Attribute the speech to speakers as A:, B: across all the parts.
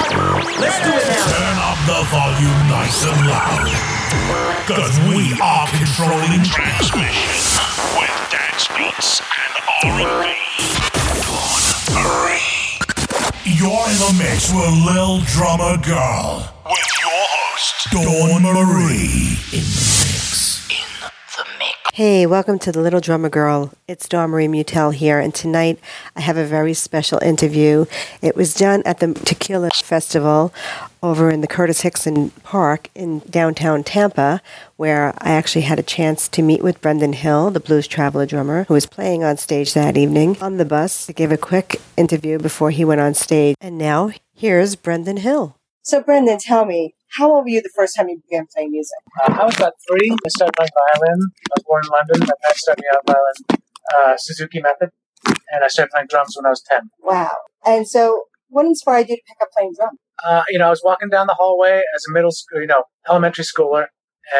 A: Let's do it now.
B: Turn up the volume nice and loud. Because we are controlling transmission with dance beats and R&B. One, You're in the mix with Lil Drummer Girl. With your host, Dawn Marie. In the mix.
C: Hey, welcome to the Little Drummer Girl. It's Dawn Marie Mutel here, and tonight I have a very special interview. It was done at the Tequila Festival over in the Curtis Hickson Park in downtown Tampa, where I actually had a chance to meet with Brendan Hill, the blues traveler drummer, who was playing on stage that evening on the bus to give a quick interview before he went on stage. And now here's Brendan Hill. So, Brendan, tell me, how old were you the first time you began playing music?
D: Uh, I was about three. I started playing violin. I was born in London. My parents started me out violin uh, Suzuki method, and I started playing drums when I was ten.
C: Wow. And so, what inspired you to pick up playing drums?
D: Uh, you know, I was walking down the hallway as a middle school, you know, elementary schooler,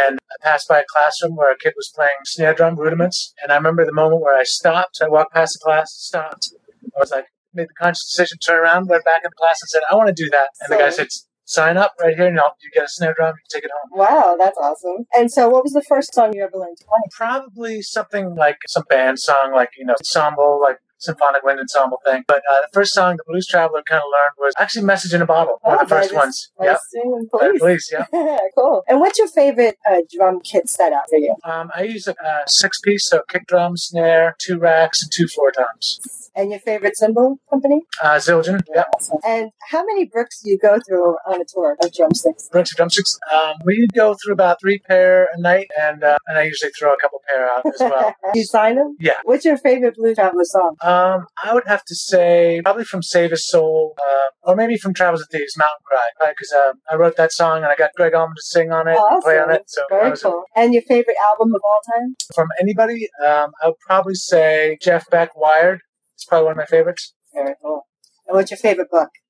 D: and I passed by a classroom where a kid was playing snare drum rudiments, and I remember the moment where I stopped. I walked past the class, stopped. I was like, made the conscious decision, turned around, went back in class, and said, "I want to do that." And the guy
C: Same.
D: said, "Sign up right here, and I'll, you get a snare drum. You can take it home."
C: Wow, Oh, that's awesome. And so, what was the first song you ever learned to play?
D: probably something like some band song, like, you know, ensemble, like symphonic wind ensemble thing. But uh, the first song the Blues Traveler kind of learned was actually Message in a Bottle, one of the
C: Oh,
D: first
C: by the-
D: ones.
C: by
D: yeah.
C: Singing
D: By the
C: Police.
D: Police, yeah.
C: cool. And what's your favorite uh, drum kit setup for you?
D: Um, I use a uh, six piece, so kick drum, snare, two racks, and two floor toms.
C: And your favorite cymbal company?
D: Uh, Zildjian, yeah.
C: Awesome. And how many bricks do you go through on a tour of drumsticks?
D: Bricks and drumsticks. Um, we go through about three pair a night, and uh, and I usually throw a couple pair out as well.
C: do you sign them?
D: Yeah.
C: What's your favorite Blue Traveler song?
D: Um, I would have to say probably from Save His Soul, uh, or maybe from Travels with Thieves, Mountain Cry, because um, I wrote that song and I got Greg Allman to sing on it and play on
C: Awesome.
D: it. So I
C: Very
D: was-
C: cool. And your favorite album of all time?
D: from anybody, um, I would probably say Jeff Beck, Wired. It's probably one of my favorites.
C: Very cool. And what's your favorite book?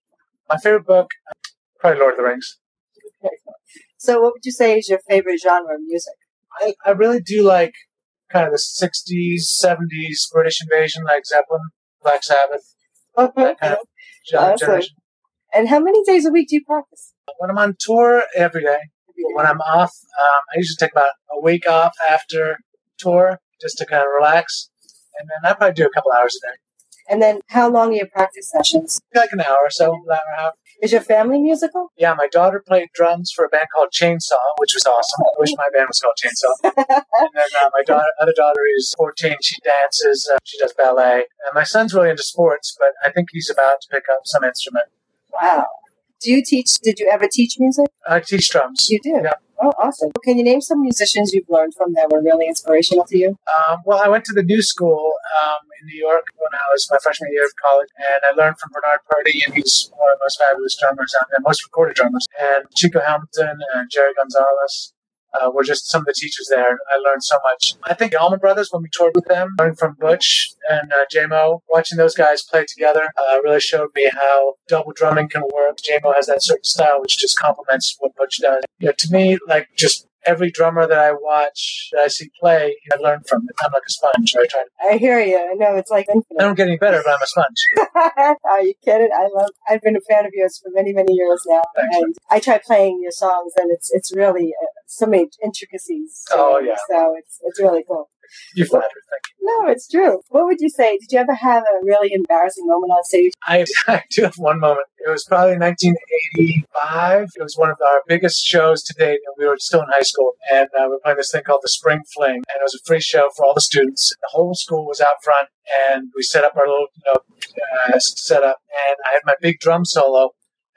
D: My favorite book, probably Lord of the Rings.
C: So, what would you say is your favorite genre of music?
D: I, I really do like kind of the 60s, 70s British invasion, like Zeppelin, Black Sabbath, that kind of genre.
C: Awesome.
D: generation.
C: And how many days a week do you practice?
D: When I'm on tour, every day. But when I'm off, um, I usually take about a week off after tour just to kind of relax. And then I probably do a couple hours a day,
C: And then how long are your practice sessions?
D: like an hour or so, an hour and a half.
C: Is your family musical?
D: Yeah, my daughter played drums for a band called Chainsaw, which was awesome. I wish my band was called Chainsaw. and then uh, my daughter, other daughter is 14. She dances. Uh, she does ballet. And my son's really into sports, but I think he's about to pick up some instrument.
C: Wow. Do you teach? Did you ever teach music?
D: I teach drums.
C: You do.
D: Yeah.
C: Oh, awesome. Can you name some musicians you've learned from that were really inspirational to you?
D: Um, well, I went to the new school um, in New York when I was my freshman year of college, and I learned from Bernard Purdie, and he's one of the most fabulous drummers out there, most recorded drummers. And Chico Hamilton and Jerry Gonzalez uh, were just some of the teachers there. I learned so much. I think the Allman Brothers, when we toured with them, learning from Butch and uh, JMO, watching those guys play together uh, really showed me how double drumming can work. JMO has that certain style which just complements what Butch does. You know, to me, like just every drummer that I watch, that I see play, I learn from it. I'm like a sponge. I try. To,
C: I hear you. I know it's like
D: I
C: infinite.
D: don't get any better, but I'm a sponge.
C: Are you kidding? I love. I've been a fan of yours for many, many years now,
D: Thanks.
C: and I try playing your songs, and it's it's really uh, so many intricacies. to
D: Oh,
C: it.
D: yeah.
C: So it's it's really cool.
D: You flatter. Thank you.
C: No, it's true. What would you say? Did you ever have a really embarrassing moment on stage?
D: I, I do have one moment. It was probably 1985. It was one of our biggest shows to date, and we were still in high school. And uh, we were playing this thing called the Spring Fling, and it was a free show for all the students. The whole school was out front, and we set up our little, you know, uh, setup. And I had my big drum solo,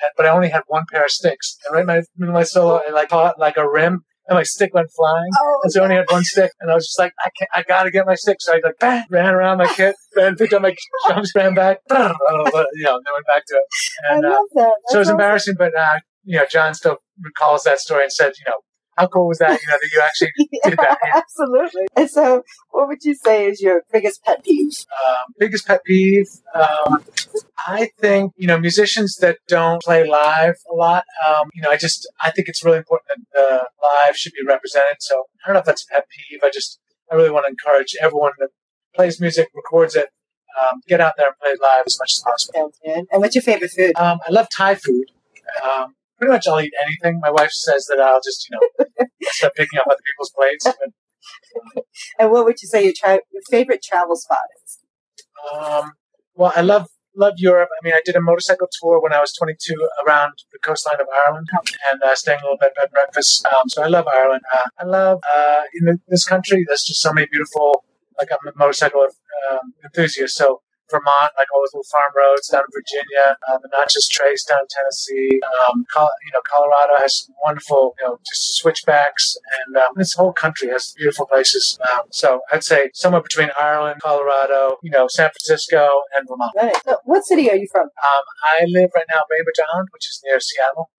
D: and, but I only had one pair of sticks. And right in my, middle of my solo, I like caught like a rim, and my stick went flying.
C: Oh,
D: And so I only had one stick, and I was just like, I can't, I gotta get my stick. So I like bang, ran around my kit, then picked up my jumps, ran back, bam, but, you know, then went back to it. And
C: I
D: uh,
C: love
D: so
C: that.
D: it was
C: That's awesome.
D: embarrassing, but uh, you know, John still recalls that story and said, you know, how cool was that? You know, that you actually did that.
C: Absolutely. And so, what would you say is your biggest pet peeve?
D: Um, biggest pet peeve. Um, I think you know musicians that don't play live a lot. Um, you know, I just I think it's really important that the live should be represented. So I don't know if that's a pet peeve. I just I really want to encourage everyone that plays music, records it, um, get out there and play live as much as possible.
C: Sounds good. And what's your favorite food?
D: Um, I love Thai food. Um, pretty much I'll eat anything. My wife says that I'll just, you know, start picking up other people's plates. But,
A: and what would you say your, tra- your favorite travel spot is?
D: um, well, I love love Europe. I mean, I did a motorcycle tour when I was 22 around the coastline of Ireland and uh, staying a little bit bed breakfast. Um, so I love Ireland. Uh, I love uh, in th- this country. There's just so many beautiful. Like I'm a motorcycle um, enthusiast, so Vermont, like all those little farm roads down in Virginia, uh, the Natchez Trace down in Tennessee. Um, Col- you know, Colorado has some wonderful, you know, just switchbacks, and um, this whole country has beautiful places. Um, so I'd say somewhere between Ireland, Colorado, you know, San Francisco, and Vermont.
A: Right. So what city are you from?
D: Um, I live right now in Bainbridge Island, which is near Seattle,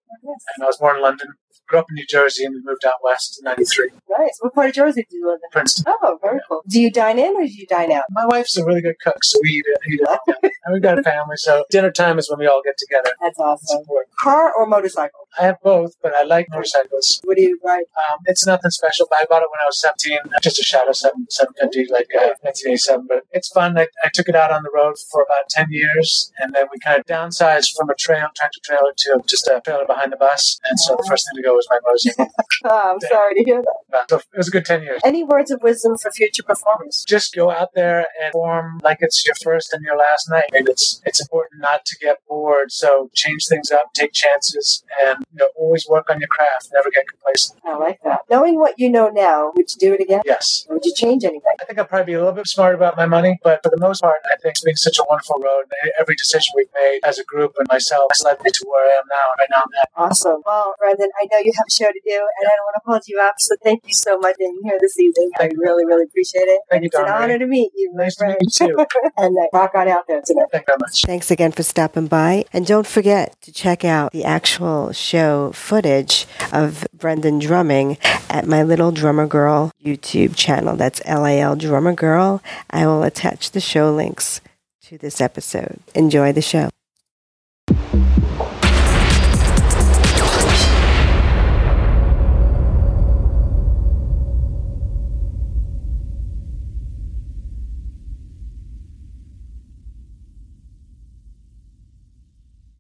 D: and I was born in London. Grew up in New Jersey and we moved out west in '93,
A: Nice. What part of Jersey do you live in?
D: Princeton.
A: Oh, very cool. Do you dine in or do you dine out?
D: My wife's a really good cook, so we eat it. Eat it. and we've got a family, so dinner time is when we all get together. It's
A: That's awesome.
D: important.
A: Car or motorcycle?
D: I have both, but I like motorcycles.
A: What do you ride?
D: Um, it's nothing special, but I bought it when I was 17, just a Shadow 7, 750, like uh, 1987. But it's fun. I, I took it out on the road for about 10 years, and then we kind of downsized from a trail, tractor trailer to just a trailer behind the bus. And so the first thing to go was my motorcycle.
A: Oh, I'm sorry to hear that.
D: so it was a good 10 years.
A: Any words of wisdom for future performers?
D: Just go out there and perform like it's your first and your last night. And it's it's important not to get bored. So change things up, take chances, and you know, always work on your craft. Never get complacent.
A: I like that. Knowing what you know now, would you do it again?
D: Yes.
A: Would you change anything?
D: I think I'll probably be a little bit smart about my money, but for the most part, I think it's been such a wonderful road. And Every decision we've made as a group and myself has led me to where I am now. Right now, I'm at.
A: Awesome. Well, Brendan, I know you have a show to do, and I don't want to hold you up, so thank you so much for being here this evening. I
D: Thank you.
A: really, really appreciate it.
D: Thank you,
A: It's an
D: Donna.
A: honor to meet you, my
D: Nice to
A: friend.
D: meet you too.
A: and uh, rock on out there today.
D: Thank you very much.
C: Thanks again for stopping by. And don't forget to check out the actual show footage of Brendan drumming at my Little Drummer Girl YouTube channel. That's LAL Drummer Girl. I will attach the show links to this episode. Enjoy the show.